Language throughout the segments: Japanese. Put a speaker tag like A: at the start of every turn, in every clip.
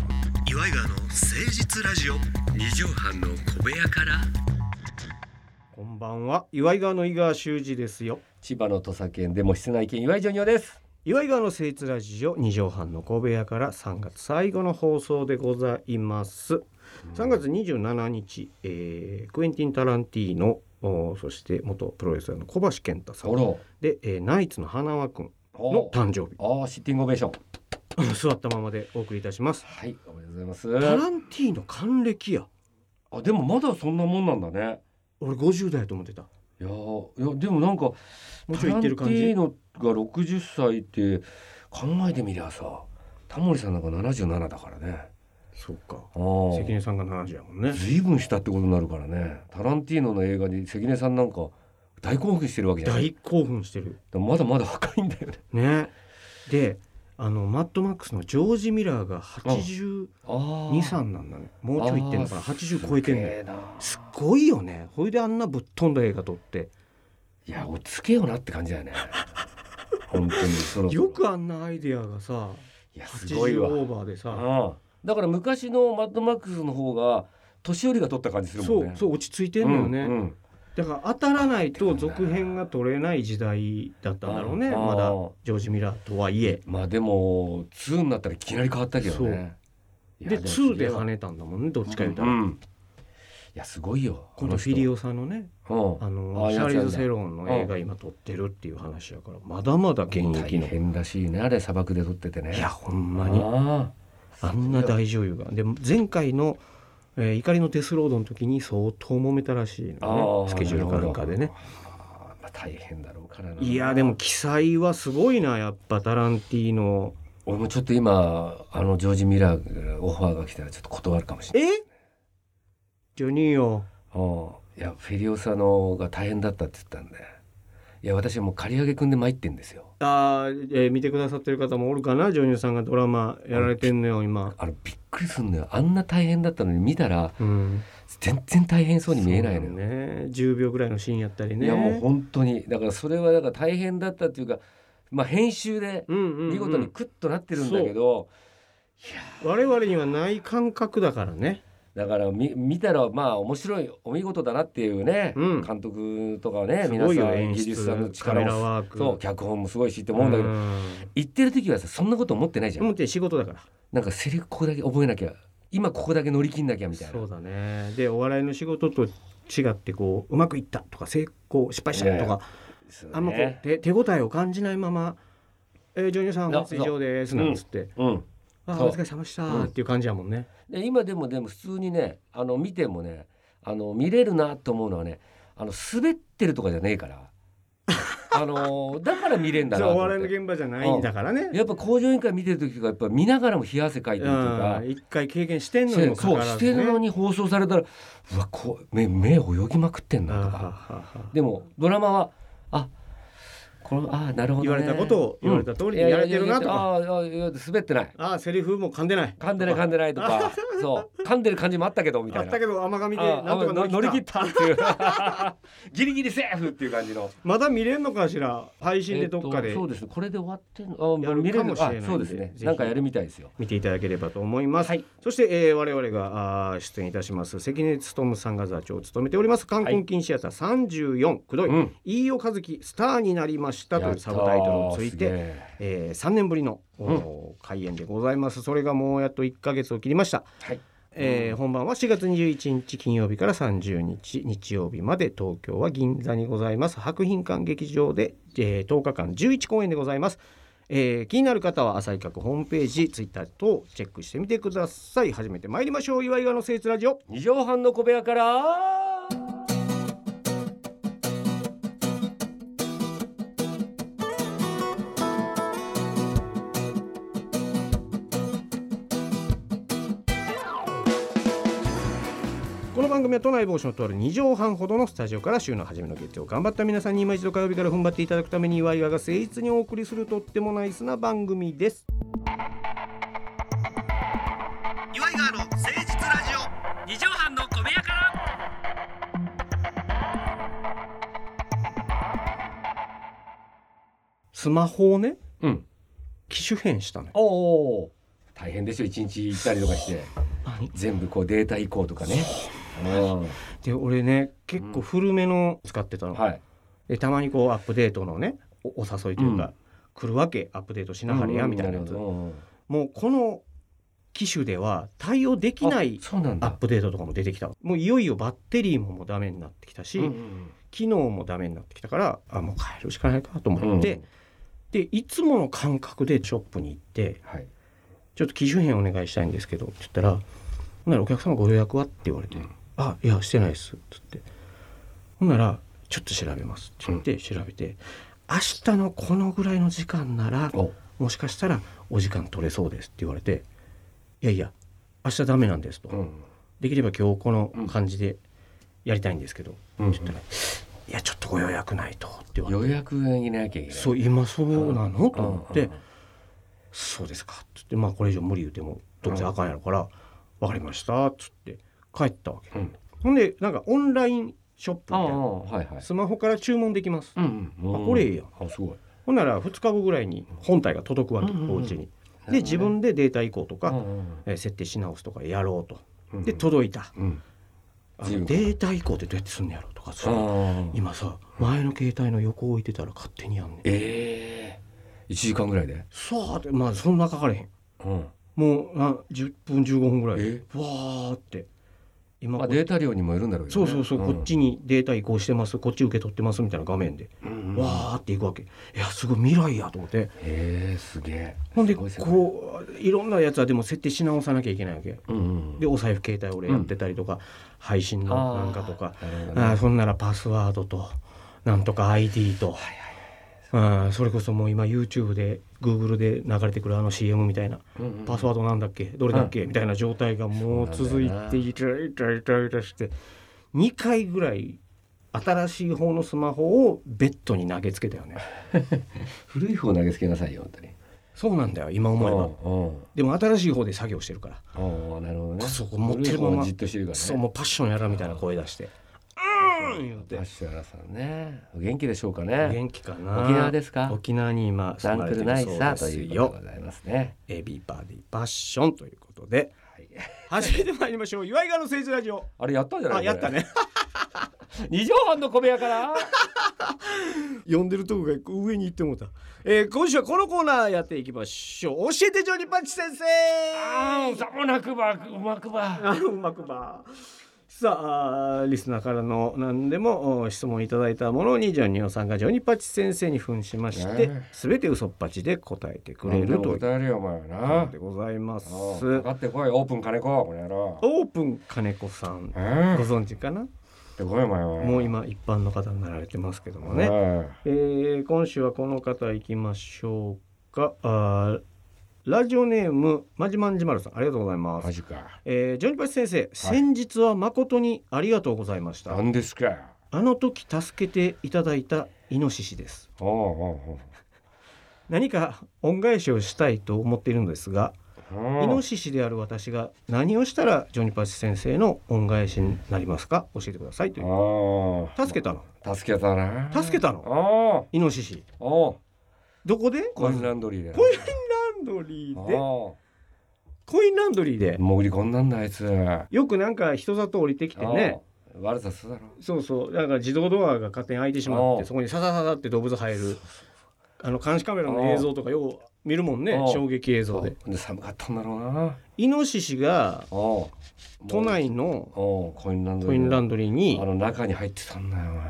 A: イガーの誠実ラジオ二畳半の小部屋から
B: こんばんは岩井川の井川修司ですよ
A: 千葉の土佐県でも室内犬岩井ジョニオです
B: 岩井川の聖地ラジオ二畳半の神戸屋から3月最後の放送でございます3月27日、えークエンティン・タランティーノおーそして元プロレスラーの小橋健太さ
A: ソ
B: ん
A: ロ
B: で、えーナイツの花輪くんの
A: お
B: 誕生日
A: あーシッティングオベーション
B: 座ったままでお送りいたします
A: はいおめでとうございま
B: タ
A: す
B: ランティーノ還暦や
A: あでもまだそんなもんなんだね
B: 俺50代やと思ってた
A: いやーいやでもなんか
B: もうちょい行ってる感
A: タラン
B: じ
A: ティーノが60歳って考えてみりゃさタモリさんなんか77だからね
B: そうか
A: あー
B: 関根さんが70やもんね
A: ずいぶんしたってことになるからねタランティーノの映画に関根さんなんか大興奮してるわけじゃない
B: 大興奮してる
A: まだまだ若いんだよね
B: ねであのマッドマックスのジョージ・ミラーが823
A: あ
B: なんだねもうちょいいってんのかな80超えてんね
A: ね
B: すっごいよねほいであんなぶっ飛んだ映画撮って
A: いや落ち着けよなって感じ だよね本当にそろそろ
B: よくあんなアイデアがさ
A: いやす
B: 80
A: ごいわ
B: オーバーでさ
A: うんだから昔のマッドマックスの方が年寄りが取った感じする
B: そ
A: もんね
B: うそう落ち着いてんのよね、
A: うんうん
B: だから当たらないと続編が撮れない時代だったんだろうね
A: うん
B: まだ
A: あー
B: ジョージ・ミラーとはいえ
A: まあでも2になったらいきなり変わったけどねいや
B: で
A: も
B: 2で跳
A: ね
B: ねたんだもんねどっちか言うた
A: う
B: ら、
A: んいやすごいよ
B: このフィリ
A: オ
B: オさんのね
A: うん
B: あ
A: あ
B: の
A: あ
B: シ
A: や
B: ャー
A: つ
B: リ
A: やんだ
B: ーズ・セロンの映画今撮ってるっていう話やからまだまだ現役の
A: 大変らしいねあれ砂漠で撮っててね
B: いやほん
A: あ
B: まに
A: ー
B: あんな大女優がで前回の、えー怒りのデスロード」の時に相当揉めたらしい
A: あ
B: のねスケジュールかなんかでね
A: あーまあ大変だろうからない
B: やでも記載はすごいなやっぱタランティーノ
A: 俺もちょっと今あのジョージ・ミラーからオファーが来たらちょっと断るかもしれない
B: えジョニーよ
A: うんいやフェリオサのが大変だったって言ったんでいや私はもう刈り上げくんで参ってんですよ
B: あー、えー見てくださってる方もおるかなジョニーさんがドラマやられてんのよ今、
A: あのびっくりすんのよあんな大変だったのに見たら
B: うん、
A: 全然大変そうに見えないの
B: そ
A: よ、
B: うなね10秒ぐらいのシーンやったりね
A: いやもう本当にだからそれはだから大変だったっていうかまあ編集で
B: うんうんうん
A: 見事にクッとなってるんだけど、
B: 我々にはない感覚だからね
A: だから見見たらまあ面白いお見事だなっていうね、
B: うん
A: 監督とかはね
B: す
A: 皆
B: ごい
A: さ
B: よ
A: ん
B: 演
A: 技術さんの
B: 出カメラ
A: 力を
B: ワーク
A: そう脚本もすごいしって思うんだけど、
B: うん
A: 言ってる時はさそんなこと思ってないじゃん、
B: 思って仕事だから
A: なんかセリフここだけ覚えなきゃ今ここだけ乗り切んなきゃみたいな
B: そうだねでお笑いの仕事と違ってこううまくいったとか成功失敗し
A: いや
B: た
A: い
B: と
A: や
B: か
A: そうね
B: あんまこう手手応えを感じないまま「えー、ジョニーさん
A: そう
B: 本日以上です」なんつって
A: うん
B: 「ああ
A: そう
B: お疲れ様でした」っていう感じやもんね。
A: で今でもでも普通にねあの見てもねあの見れるなと思うのはねあの滑ってるとかじゃねえから あのだから見れんだ
B: じ
A: な
B: ゃ
A: と
B: あお
A: 思っ
B: 笑いの
A: て
B: 現場じゃないんだからね。
A: やっぱ工場委員会見てる時とかやっぱ見ながらも冷や汗かいてるとか
B: うん一回経験してんのに
A: そう
B: もかかわら
A: し
B: ず、
A: て
B: ね、
A: るのに放送されたらうわこう目目泳ぎまくってん
B: あー
A: なと
B: は
A: か
B: はは
A: でもドラマはあこのあなるほど、ね、
B: 言われたことを言われた通りにやれてるなとか
A: うんいやいやいやあーいやいや滑ってない
B: ああセリフも噛んでない
A: 噛んでない噛んでないとかそう噛んでる感じもあったけどみ
B: あ
A: た
B: っ
A: いな
B: たけど甘噛みで
A: あ
B: なんとか
A: あ乗
B: 乗
A: り
B: り
A: 切
B: 切
A: っ
B: った
A: っていう ギリギリセーフっていう感じの
B: まだ見れんのかしら配信でどっか
A: え
B: で
A: とそうですねこれで終わってんのあ
B: やる
A: 見れ
B: かもしれないんで
A: あそうですね
B: ぜひ
A: なんかやるみたいですよ
B: 見ていただければと思います、
A: はい
B: そして、えー、我々があー出演いたします関根勤さんが座長を務めております冠婚金シアター34くどい、
A: うん
B: 飯尾和樹スターになりましたと
A: やっ
B: いう
A: た
B: サブタイトルをつい
A: すげ
B: て、
A: え
B: えー、3年ぶりの、おー開演でございますそれがもうやっと1か月を切りました
A: はい
B: えー本番は4月21日金曜日から30日日曜日まで東京は銀座にございます博品館劇場で、えー10日間11公演でございます、えー気になる方は浅井閣ホームページツイッター等チェックしてみてください始めてまいりましょう岩井川の聖地ラジオ
A: 二畳半の小部屋から
B: この番組は都内某所のとある2畳半ほどのスタジオから週の初めの月曜頑張った皆さんに今一度火曜日から踏ん張っていただくために岩井川が誠実にお送りするとってもナイスな番組です
A: 岩井川の誠実ラジオ二畳半の小部屋から
B: スマホをね
A: うん
B: 機種変したのよ
A: おお大変でしょ一日行ったりとかして全部こうデータ移行とかね。う
B: で俺ね結構古めの使ってたの、
A: ん、はい。
B: でたまにこうアップデートのねおお誘いというか、来るわけアップデートしなはれやみたいなやつ、
A: うんうんうん
B: もうこの機種では対応できない
A: あそうなん
B: ア
A: だ
B: ッ。プデートとかも出てきたもういよいよバッテリーももうダメになってきたし、
A: うんうん
B: 機能もダメになってきたからあもう変えるしかないかと
A: うん
B: 思って、でいつもの感覚でショップに行って
A: はい。
B: ちょっと機種変お願いしたいんですけどって言ったら「ほんならお客様ご予約は?」って言われて
A: うん
B: 「あいやしてないです」っつってほんなら「ちょっと調べます」って言って調べて、明日のこのぐらいの時間なら
A: お、
B: もしかしたらお時間取れそうですって言われて「いやいや明日ダメなんです」と、
A: うん。
B: できれば今日この感じでやりたいんですけど」
A: うん
B: って言ったら「いやちょっとご予約ないと」って言われて。
A: 予約入れなきゃいけない。
B: そう今そうなのと思って
A: うんうん
B: 「そうですか」っつって「まあこれ以上無理言うてもどうせあかんやろから分かりました」っつって帰ったわけ
A: うん。
B: ほんでなんかオンラインショップ
A: あ
B: み
A: あ
B: たいな
A: はいはい。
B: スマホから注文できます
A: うんうん。
B: あこれええやん
A: あすごい。
B: ほんなら2日後ぐらいに本体が届くわけ
A: うんうんうん
B: お家に
A: ほどね
B: で自分でデータ移行と
A: う
B: か
A: んうん
B: えー設定し直すとかやろうと
A: うん
B: で届いた
A: うん。
B: あ
A: 自由
B: の
A: に
B: データ移行ってどうやってすんのやろとか
A: あ
B: さ
A: あ。
B: 今さ前の携帯の横置いてたら勝手にやんねん
A: ええ。一時間ぐらいで。
B: そうってまあそんなかかれへん
A: うん。
B: もうあ10分15分ぐらいで
A: え
B: わーって今、
A: まあデータ量にもよるんだろうけど
B: そ
A: ね
B: うそうそう、
A: ん
B: こっちにデータ移行してますこっち受け取ってますみたいな画面で、
A: うんうん
B: わーっていくわけいやすごい未来やと思って
A: へえすげえ
B: ほんです
A: ごい世界
B: こういろんなやつはでも設定し直さなきゃいけないわけ
A: うんうん
B: でお財布携帯俺やってたりとか、配信の
A: あー
B: なんかとか
A: なるほ
B: あ
A: どね
B: ーそんならパスワードとなんとか ID と。あーそれこそもう今 YouTube で Google で流れてくるあの CM みたいな
A: うんうん
B: パスワードなんだっけどれだっけ、みたいな状態がもう続い
A: そうなんだ
B: て
A: よ
B: イライライライラして2回ぐらい新しい方のスマホをベッドに投げつけたよね
A: 古い方投げつけなさいよ本当に
B: そうなんだよ今思えば
A: う
B: でも新しい方で作業してるから、
A: んうんうんなるほどね
B: そこ持ってるま
A: 古い
B: ま
A: 方はじっとしてるからね
B: そうもうパッションやらみたいな声出して「うん!」言う
A: パ
B: て
A: ッションやらさんねお元気でしょうかね
B: 元気かな
A: 沖縄ですか
B: 沖縄に今
A: ダ
B: 住ま
A: ンク
B: れて
A: ル
B: る
A: ナイ
B: そう
A: サー
B: で
A: と
B: す
A: いうこと
B: よ
A: でございますね
B: エビバディパッションということで
A: はい
B: 始めてまいりましょう岩井川の政治ラジ オ
A: あれやったんじゃない
B: あやったね
A: 二畳半の小部屋から
B: 呼んでるとこが上に行ってもうた、えー、今週はこのコーナーやっていきましょう教えてジョニーパンチ先生
A: あーさもなくばうまくば
B: あのうまくばさああーリスナーからの何でもお質問いただいたものにジョニオさんがジョニーパンチ先生に扮しまして
A: ね
B: 全て嘘っぱちで答えてくれるという
A: 答えるよお前は
B: コーナ
A: な
B: ーでございます
A: うんかかってこいオープン金子この野郎
B: オープン金子さん
A: う
B: ご
A: ん
B: 存知かな
A: ってこいお前は
B: もう今一般の方になられてますけどもね
A: ね
B: えー今週はこの方行きましょうかあーラジオネームまじまんじまるさんありがとうございます、
A: マジか
B: えージョニパチ先生、先日は誠にありがとうございました
A: 何ですか
B: あの時助けていただいたイノシシです
A: おうお
B: 何か恩返しをしたいと思っているのですが、
A: うおう
B: イ
A: う
B: ノ
A: ん
B: シシである私が何をしたらジョニパチ先生の恩返しになりますか教えてくださいという
A: ああ
B: 助けたの
A: 助けたな
B: 助けたの
A: お
B: イノシシ
A: うおう
B: どこで
A: コイン
B: まず
A: ランドリーでな
B: コインランドリーで
A: おう
B: コインランドリーで
A: 潜り込んだんだあいつね
B: よくなんか人里降りてきてね
A: 悪さするだろ
B: そうそうだから自動ドアが勝手に開いてしまっ
A: お
B: て
A: う
B: そこにササササって動物入るあの監視カメラの映像とかよう見るもんね
A: おう
B: 衝撃映像で
A: で寒かったんだろうな
B: イノシシが
A: おう
B: 都内の
A: おうコインランド
B: コ
A: リ
B: イ
A: ー
B: ン
A: で
B: ランドリーに
A: あの中に入ってたんだよね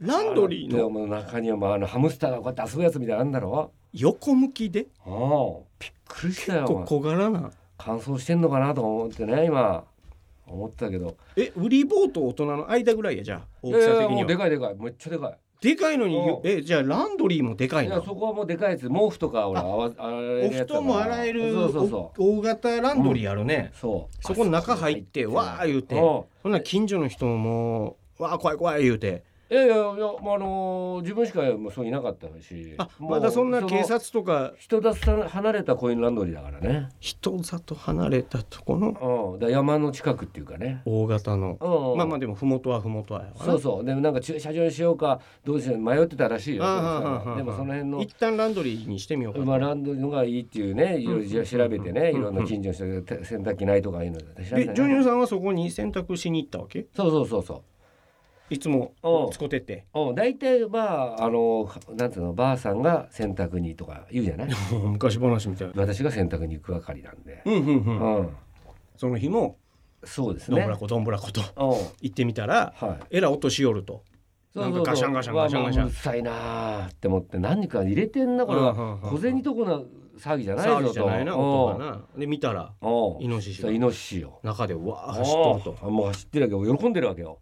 B: ランドリー
A: で
B: の
A: も中にはまああのハムスターがこうやって遊ぶやつみたいなのあんだろ
B: 横向きで
A: おおうびっくりしたよお
B: こ
A: 前
B: う小柄な
A: 乾燥してんのかなと思ってね今思ってたけど
B: え売り棒と大人の間ぐらいやじゃあ
A: いや
B: 大き
A: い
B: さ
A: や
B: 的に
A: もうで
B: は
A: かいでかいめっちゃでかい
B: でかいのに
A: おう
B: えじゃあランドリーもでかい
A: い
B: な
A: やそこはもうでかいやつ毛布とかほらあわあれ
B: お
A: のや
B: 布
A: つだから
B: 団も洗える
A: そうそうそ
B: お大型ランドリーあるね、
A: うそう
B: そこの中入って
A: あ
B: わー言うて
A: お
B: ほんなら近所の人ももう「わあ怖い怖い」言うて
A: いやいやいや、まあ、あのー自分しかもうそういなかったし
B: あ
A: もう
B: まだそんな警
A: その
B: 察とか
A: 人ださ離れたコインランドリーだからね、
B: 人里離れたとこの
A: うん、だ山の近くっていうかね、
B: 大型の
A: うん、
B: まあまあでも麓は麓はやわな
A: そうそうでもなんか駐車場にしようかどうしよう迷ってたらしいよ
B: ああああああ
A: でもその辺の
B: 一旦ランドリーにしてみようか
A: まあ
B: な
A: ランドリーのがいいっていうねいろいろ調べてねいろんな近所の人で洗濯機ないとかいうので調べ
B: で
A: て
B: ジョニ
A: ね
B: オさんはそこに洗濯しに行ったわけ
A: そうそうそうそう
B: いつも
A: うん
B: 使ってて
A: うん、大体まああのなんていうのばあさんが洗濯にとか言うじゃ ない
B: 昔話みたいな
A: 私が洗濯に行く係なんで、
B: うんうん
A: う
B: うん
A: ん
B: その日も
A: そうです
B: どん
A: ね
B: ぶらこどんぶらこと
A: うんはい
B: 行ってみたらえら落としよるとなんかガシャンガシャンガシャンガシャ
A: うわまあ
B: ン
A: うるさいなーって思って何か入れてんなこれ
B: うんうんうん
A: は
B: うん
A: 小銭とこな騒ぎじゃないぞと
B: 騒ぎじゃないな音がなで見たら
A: うんうん
B: イノシシ
A: そ
B: が
A: うイノシシよ
B: 中でわー走っとると
A: あーもう走ってるわけよ喜んでるわけよ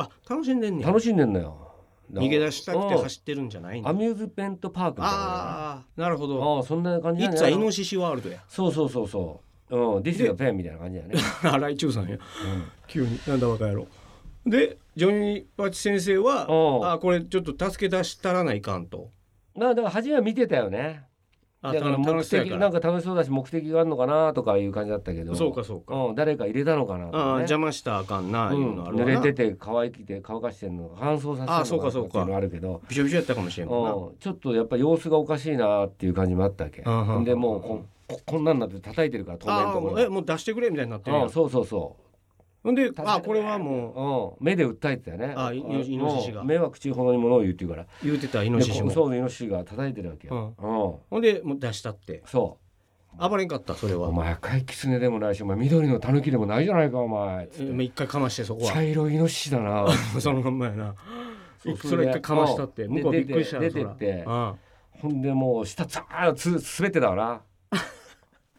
B: あ楽しんでんねん
A: 楽しんでんのよ
B: 逃げ出したくて
A: うん
B: 走ってるんじゃないんだ
A: アミューズメントパークみたいなのが
B: ああなるほ
A: あ
B: ど
A: ーそんな感じ
B: い
A: なん
B: つ
A: じゃ
B: は
A: ない
B: イ
A: の
B: ノシシワールドや
A: そうそうそうそう。うん、This is a pen みたいな感じだよね。
B: 荒井中さんや急になんだ若い野郎でジョニー・パチ先生は
A: おう
B: あこれちょっと助け出したらないかんと
A: まあだから初めは見てたよね。
B: あ
A: だから目
B: 楽しそう
A: 的
B: やか
A: なん
B: ら
A: か楽しそうだし目的があるのかなとかいう感じだったけど。
B: そうかそうか、
A: うん、誰か入れたのかなと
B: ああ
A: かね。
B: 邪魔したらあかんないうのあ
A: うん、
B: るわ
A: 濡
B: な、
A: れてて乾いて乾かしてんの乾燥
B: あ
A: させ
B: あ
A: て
B: そ
A: ん
B: う
A: のか
B: か
A: な
B: そ
A: と
B: う
A: かってい
B: か
A: うのあるけど。
B: びしょびしょやったかもしれんもんな
A: うん、ちょっとやっぱ様子がおかしいなっていう感じもあったわけ
B: うんうんうん
A: でもうこここんなんなって叩いてるから透明
B: あ
A: の
B: あ
A: とこ
B: もう
A: ろ
B: えもう出してくれみたいになってるや
A: うんんそうそうそ
B: ほんで
A: う
B: あこれはも
A: う、うん、目で訴えてたよね
B: あイノイノシシが
A: うん目は口ほどにものを言うっていうから
B: う言うてたイ
A: イ
B: ノシシも
A: そうイノシシが叩いてるわけよ、うん
B: ほんでもう出したって
A: そ
B: 暴れんかったそれ
A: う
B: は
A: お前赤い狐でもないしお前緑の狸でもないじゃないかお前
B: えもう一回かましてそこ
A: 茶
B: は
A: 色いイノシシだ な
B: そのまんまやな
A: そう
B: それ一回かましたって
A: うん
B: 向こうびっくりした
A: で
B: よ
A: 出て
B: そら
A: って
B: あ
A: ほんでもう下ザーッつ滑ってたわ な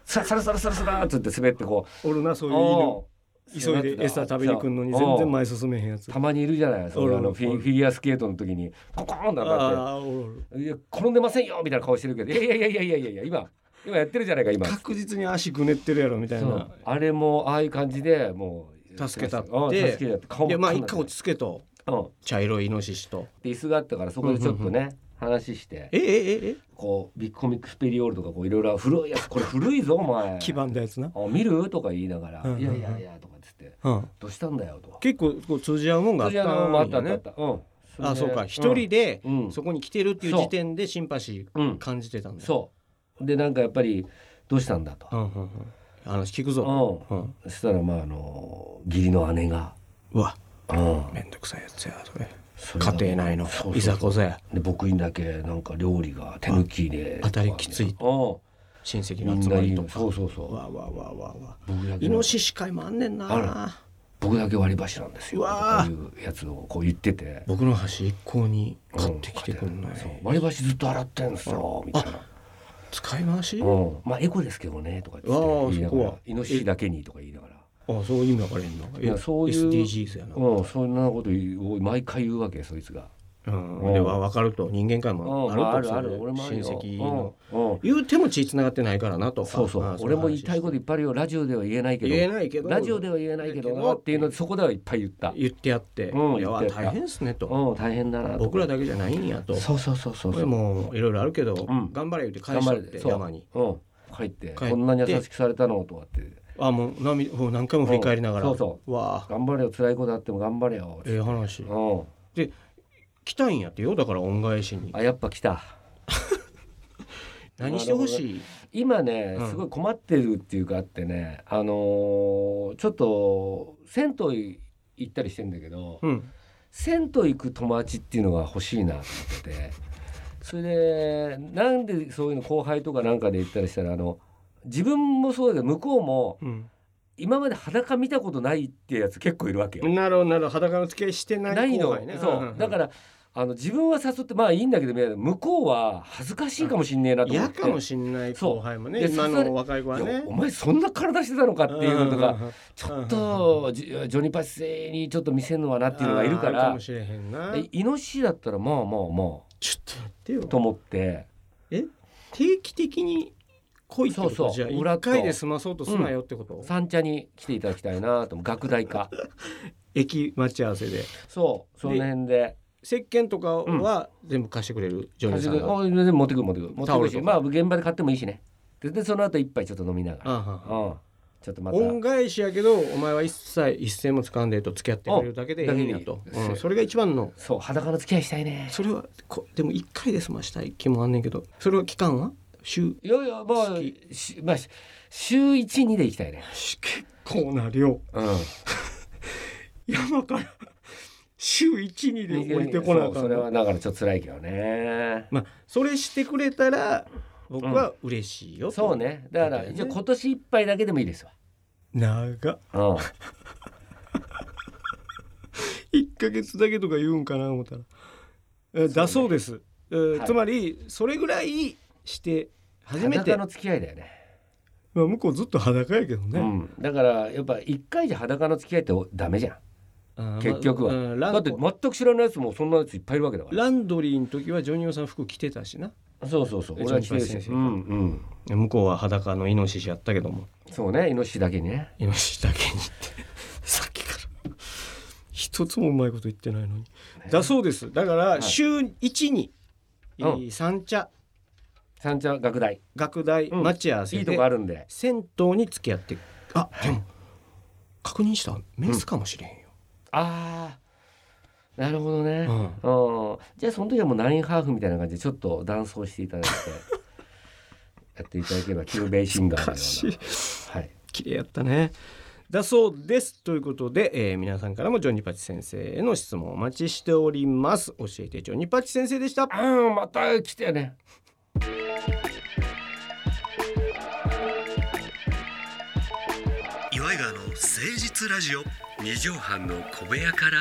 A: さサラサラサラサラっつって滑ってこ
B: あおるなそうういう犬
A: うん
B: 急いで餌食べに来んのに全然前進めへんやつ。
A: たまにいるじゃないそ
B: おる
A: の
B: お
A: あ
B: る
A: のフィフィギュアスケートの時にココーンだなっ
B: あーおるお
A: て
B: る
A: 「いや転んでませんよ」みたいな顔してるけど「いやいやいやいやいやいや今今やってるじゃないか今」
B: 確実に足ぐねってるやろみたい
A: そう
B: な。
A: あれもああいう感じでもう
B: 助けたって
A: うん助けたって顔
B: い
A: も
B: やまあ
A: 真っ
B: 一
A: 赤になっ
B: 回落ち着けと
A: てうん
B: 茶色いイノシシと。
A: で椅子があったからそこでちょっとね話して
B: ええええ
A: こうビッグコミックスペリオールとかこういろいろ古いやつこれ古いぞお前
B: え基盤だやつな。
A: あ見るとか言いながら
B: うんうんうん
A: いやいやいやとかっつって
B: うん。
A: どうしたんだよと
B: 結構こう通じ合うもんがあ
A: それじ
B: っ
A: ゃ
B: た
A: あのあっ
B: ん
A: たあ
B: や
A: ったあっ
B: ね。
A: たうんれで
B: あそうか一人で
A: うんうん
B: そこに来てるっていう
A: そう
B: 時点でシンパシ
A: う
B: ー
A: ん
B: 感じてたんだ。
A: そうでなんかやっぱりどうしたんだと
B: うんうんうん。話聞く
A: う
B: ぞ。
A: ん
B: うん。
A: そしたらまああの義理の姉が
B: うわ
A: うん
B: めんどくさいやつやそれ。
A: それが
B: 家庭内の
A: そうそう
B: いざこざや
A: で僕にだけなんか料理が手抜きで
B: 当たりきつい
A: と
B: 親戚
A: み
B: の
A: ん
B: 集
A: な
B: まり
A: 言
B: と
A: う
B: か。
A: そうそうそう
B: わわわわわ。
A: 僕だけ
B: イノシシ会もあんねんな。
A: 僕だけ割り箸なんですよ
B: う
A: と
B: わ
A: か
B: ー
A: いうやつをこう言ってて
B: 僕の箸一向に買ってきてくんない、
A: そう割り箸ずっと洗ってんすよみたいな
B: 使い回し、あ
A: うんまあエコですけどねとか言って
B: わー
A: 言いなが
B: そこ
A: ら
B: は
A: イノシシだけにとか言いながら
B: そういう意味分かれへんの
A: いやそういう
B: SDGs やな、
A: うんそんなことを毎回言うわけそいつが
B: うん
A: うん
B: では分かると人間界
A: うん
B: もあると
A: ある
B: そ
A: あ
B: れ
A: る俺もある
B: 親
A: よ
B: 戚の、
A: うんうん
B: 言うても血つながってないからなとか
A: そうそ
B: まあ
A: う俺も言いたいことといっぱいあるよラジオでは言えないけど
B: 言えないけど
A: ラジオでは言えないけどなっていうのでそこではいっぱい言った
B: 言ってやって、
A: うん
B: いや
A: 言ってやった
B: 大変ですねと、
A: うん大変だなと
B: 僕らだけじゃないんやと
A: そうそうそうそう
B: こ
A: そ
B: れ
A: う
B: もいろいろあるけど、
A: ん
B: 頑張れ言って返しちゃって
A: そう
B: 山に
A: うん帰って
B: 帰って
A: こんなに優しくされたのとかって
B: あもう涙もう何回も振り返りながら、
A: うんそう
B: わあ
A: 頑張れよ辛いことあっても頑張れよ
B: ええ話
A: うん
B: 来たんやってよだから恩返しに
A: あやっぱ来た
B: 何してほしい
A: 今ね
B: うん
A: すごい困ってるっていうかあってねあのーちょっと銭湯行ったりしてんだけど
B: うん
A: 銭湯行く友達っていうのが欲しいなと思っててそれでなんでそういうの後輩とかなんかで行ったりしたらあの自分もそうだけど向こうも今まで裸見たことないってやつ結構いるわけよ。
B: なるほどなるほど裸の付き合いしてない
A: ないの、そうだかららあの自分は誘ってまあいいんだけど向こうは恥ずかしいかもしんねえなと思っ
B: 嫌
A: て。
B: かもしんない後輩もね
A: そう
B: 今
A: いや
B: の若い子はい
A: や
B: ね
A: お前そんな体してたのかっていうのとかちょっとジジョニーパッセにちょっと見せるのはなっていうのがいるか
B: あーあ
A: ら
B: もしれへんな
A: でイノシシだったらまあまあま
B: ちょっと待ってよ
A: あと思って
B: 定期的に来いってこと
A: そうそう
B: じゃあ
A: 裏
B: 1
A: と
B: 回で済まそうとすなよってこと、
A: 三茶に来ていただきたいなと思う学大化
B: 駅待ち合わせで
A: そうその辺で
B: 石鹸とかは全部貸してくれるジョニーさんが、あ
A: あ全然持ってくる持ってくる持って
B: タ
A: く
B: オ
A: る
B: ル
A: し
B: とか
A: まあ現場で買ってもいいしねででその後一杯ちょっと飲みながら
B: あああ
A: うんちょっとまた
B: 恩返しやけどお前は一切一銭も掴んでえと付き合ってくれるだけでいいんやと
A: だけでいい
B: うんそれが一番の
A: そう裸の付き合いしたいね
B: それはこでも一回で済ましたい気もあんねんけどそれは期間は週
A: いやいやまあ
B: 好
A: しまあし週一二で行きたいね
B: 結構な量
A: うん
B: 山から週12で降りてこなあ
A: そう
B: か
A: そ
B: ん
A: れ
B: な
A: はだからちょっと辛いけどね
B: まあそれしてくれたら僕は嬉しいよ、
A: そうねだか
B: だよ
A: ら
B: ね
A: じゃあ今年いっぱいだけでもいいですわ
B: 長っ
A: うん
B: 1ヶ月だけとか言うんかな思ったら、えだそうです、えー
A: はい
B: つまりそれぐらいして初めて、
A: 裸の付き合いだよね
B: まあ、向こうずっと裸やけど
A: う
B: ね、
A: んだからやっぱ一回じゃ裸の付き合いってダメじゃん
B: あー
A: 結局は
B: まあうんラ
A: だって
B: ン
A: 全く知らないやつもそんなやついっぱいいるわけだから
B: ランドリーの時はジョニオさん服着てたしな
A: そうそうそう
B: え
A: 俺は着てる
B: ジョニー
A: し
B: 先生
A: うんうん
B: 向こうは裸のイノシシやったけども
A: そうねイノシシだけにね
B: イノシシだけにってさっきから一つもうまいこと言ってないのに、だそうですだから
A: い
B: 週1に、えー
A: う
B: 三茶
A: 三茶学大
B: 学大
A: うん
B: 待ち合わせ
A: いい
B: で、
A: とこあるんで
B: 銭湯に付き合ってあでも確認したメスかもしれへんよ、
A: ああなるほどね
B: う
A: うんんじゃあその時はもうナインハーフみたいな感じでちょっと断層していただい てやっていただければキューベイシンガーのような
B: い
A: はい
B: 綺麗やったねだそうですということで、えー皆さんからもジョニパチ先生への質問をお待ちしております教えてジョニパチ先生でした
A: あーまた来てね
B: 岩井川の誠実ラジオ
A: 二畳半の小部屋から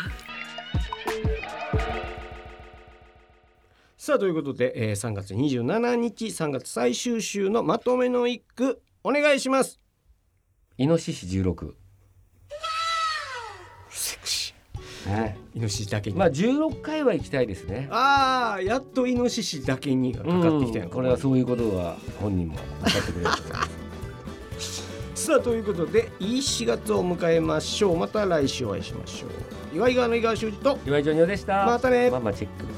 B: さあということで、えー、3月27日3月最終週のまとめの一句お願いします
A: イノシシ16
B: セクシ
A: ね
B: ーイノシシだけに、
A: まあ16回は行きたいですね
B: あーやっとイノシシだけにがかかってきたよ、
A: うんこれはそういうことは本人も分かってくれると思います
B: さあということでいい4月を迎えましょうまた来週お会いしましょう岩井川の井川修司と
A: 岩井ジョニオでした
B: またね
A: ママチェック